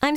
I'm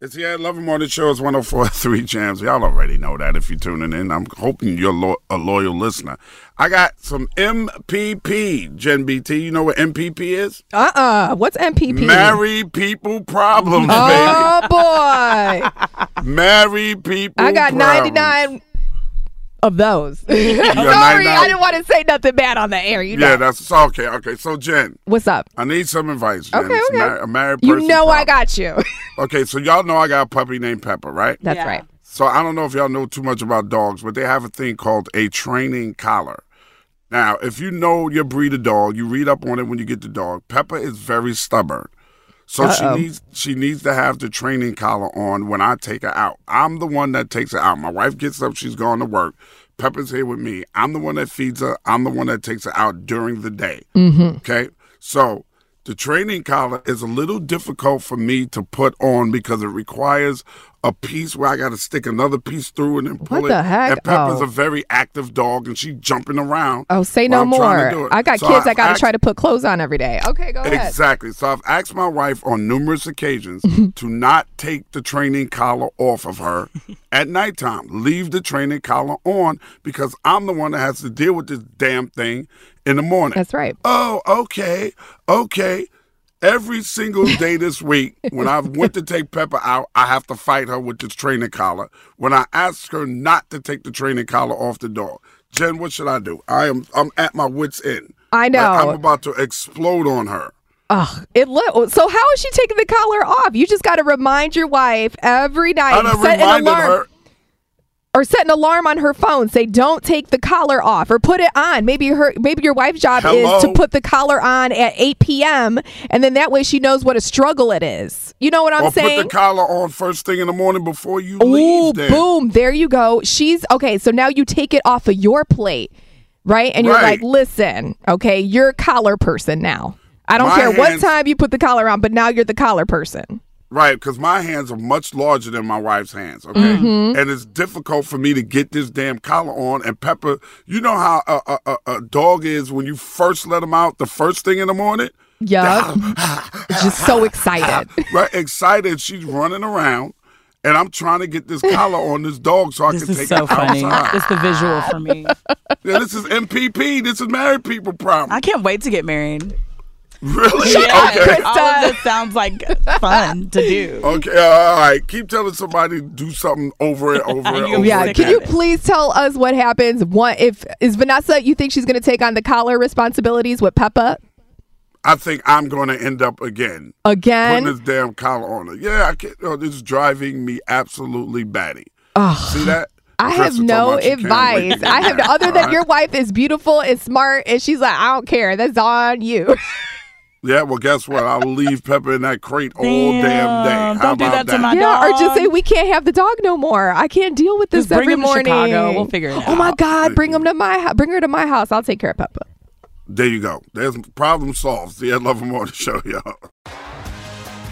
It's the Ed Love and Morning Show. oh It's 104.3 Jams. Y'all already know that if you're tuning in. I'm hoping you're lo- a loyal listener. I got some MPP, Gen BT. You know what MPP is? Uh uh What's MPP? Married People Problems, Oh boy. baby. Married People I got Problems. 99 of those. Sorry, 99. I didn't want to say nothing bad on the air. You know. Yeah, that's okay. Okay, so Jen, What's up? I need some advice. Jen. Okay, It's okay. mar- a married You person know I problem. got you. Okay, so y'all know I got a puppy named Pepper, right? That's right. So I don't know if y'all know too much about dogs, but they have a thing called a training collar. Now, if you know your breed of dog, you read up on it when you get the dog. Peppa is very stubborn. So Uh-oh. she needs she needs to have the training collar on when I take her out. I'm the one that takes her out. My wife gets up, she's gone to work. Peppa's here with me. I'm the one that feeds her. I'm the one that takes her out during the day. Mm-hmm. Okay. So the training collar is a little difficult for me to put on because it requires a piece where I got to stick another piece through it and pull What it. the heck? And Peppa's Oh. a very active dog and she's jumping around. Oh, say no while I'm trying to do more. it. I got So kids. I, I've got to asked- try to put clothes on every day. Okay, go ahead. Exactly. So I've asked my wife on numerous occasions to not take the training collar off of her at nighttime. Leave the training collar on because I'm the one that has to deal with this damn thing in the morning. That's right. Oh, okay, okay. Every single day this week, when I went to take Pepper out, I have to fight her with this training collar. When I ask her not to take the training collar off the dog, Jen, what should I do? I am I'm at my wits end. I know. Like, I'm about to explode on her. Ugh, it look so. How is she taking the collar off? You just got to remind your wife every night. And I set an reminded alarm her. or set an alarm on her phone. Say, don't take the collar off or put it on. Maybe her, maybe your wife's job Hello? is to put the collar on at 8 p.m. and then that way she knows what a struggle it is. You know what I'm or saying? put the collar on first thing in the morning before you Ooh, leave. Then. boom! There you go. She's okay. So now you take it off of your plate, right? And you're Right. like, listen, okay, you're a collar person now. I don't My care what hands- time you put the collar on, but now you're the collar person. Right, because my hands are much larger than my wife's hands, okay? Mm-hmm. And it's difficult for me to get this damn collar on. And Pepper, you know how a, a, a, a dog is when you first let them out the first thing in the morning? Yup. Just so excited. Right, excited. She's running around, and I'm trying to get this collar on this dog so I This can is take so it funny. outside. It's the visual for me. yeah, this is MPP. This is married people problem. I can't wait to get married. really? Yeah, Okay. all of this sounds like fun to do. Okay, all right. Keep telling somebody to do something over and over and You're over. Yeah, sick can of you it. please tell us what happens? What if is Vanessa? You think she's going to take on the collar responsibilities with Peppa I think I'm going to end up again putting again? this damn collar on her. Yeah, I can't. Oh, this is driving me absolutely batty. See that? I have Crystal no told me she can't wait to advice. get I have married, other all than right? your wife is beautiful and smart, and she's like, I don't care. That's on you. Yeah, well, guess what? I'll leave Pepper in that crate all damn Damn, day. How don't do about that to my- yeah, or just dog. say we can't have the dog no more. I can't deal with this Just bring every him to morning. Chicago. We'll figure it Oh my out. God, bring him to my house. Bring her to my house. I'll take care of Peppa. There you go. There's problem solved. See, I love him on the show, y'all.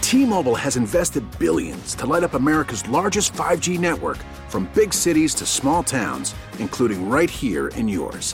T-Mobile has invested billions to light up America's largest 5G network from big cities to small towns, including right here in yours.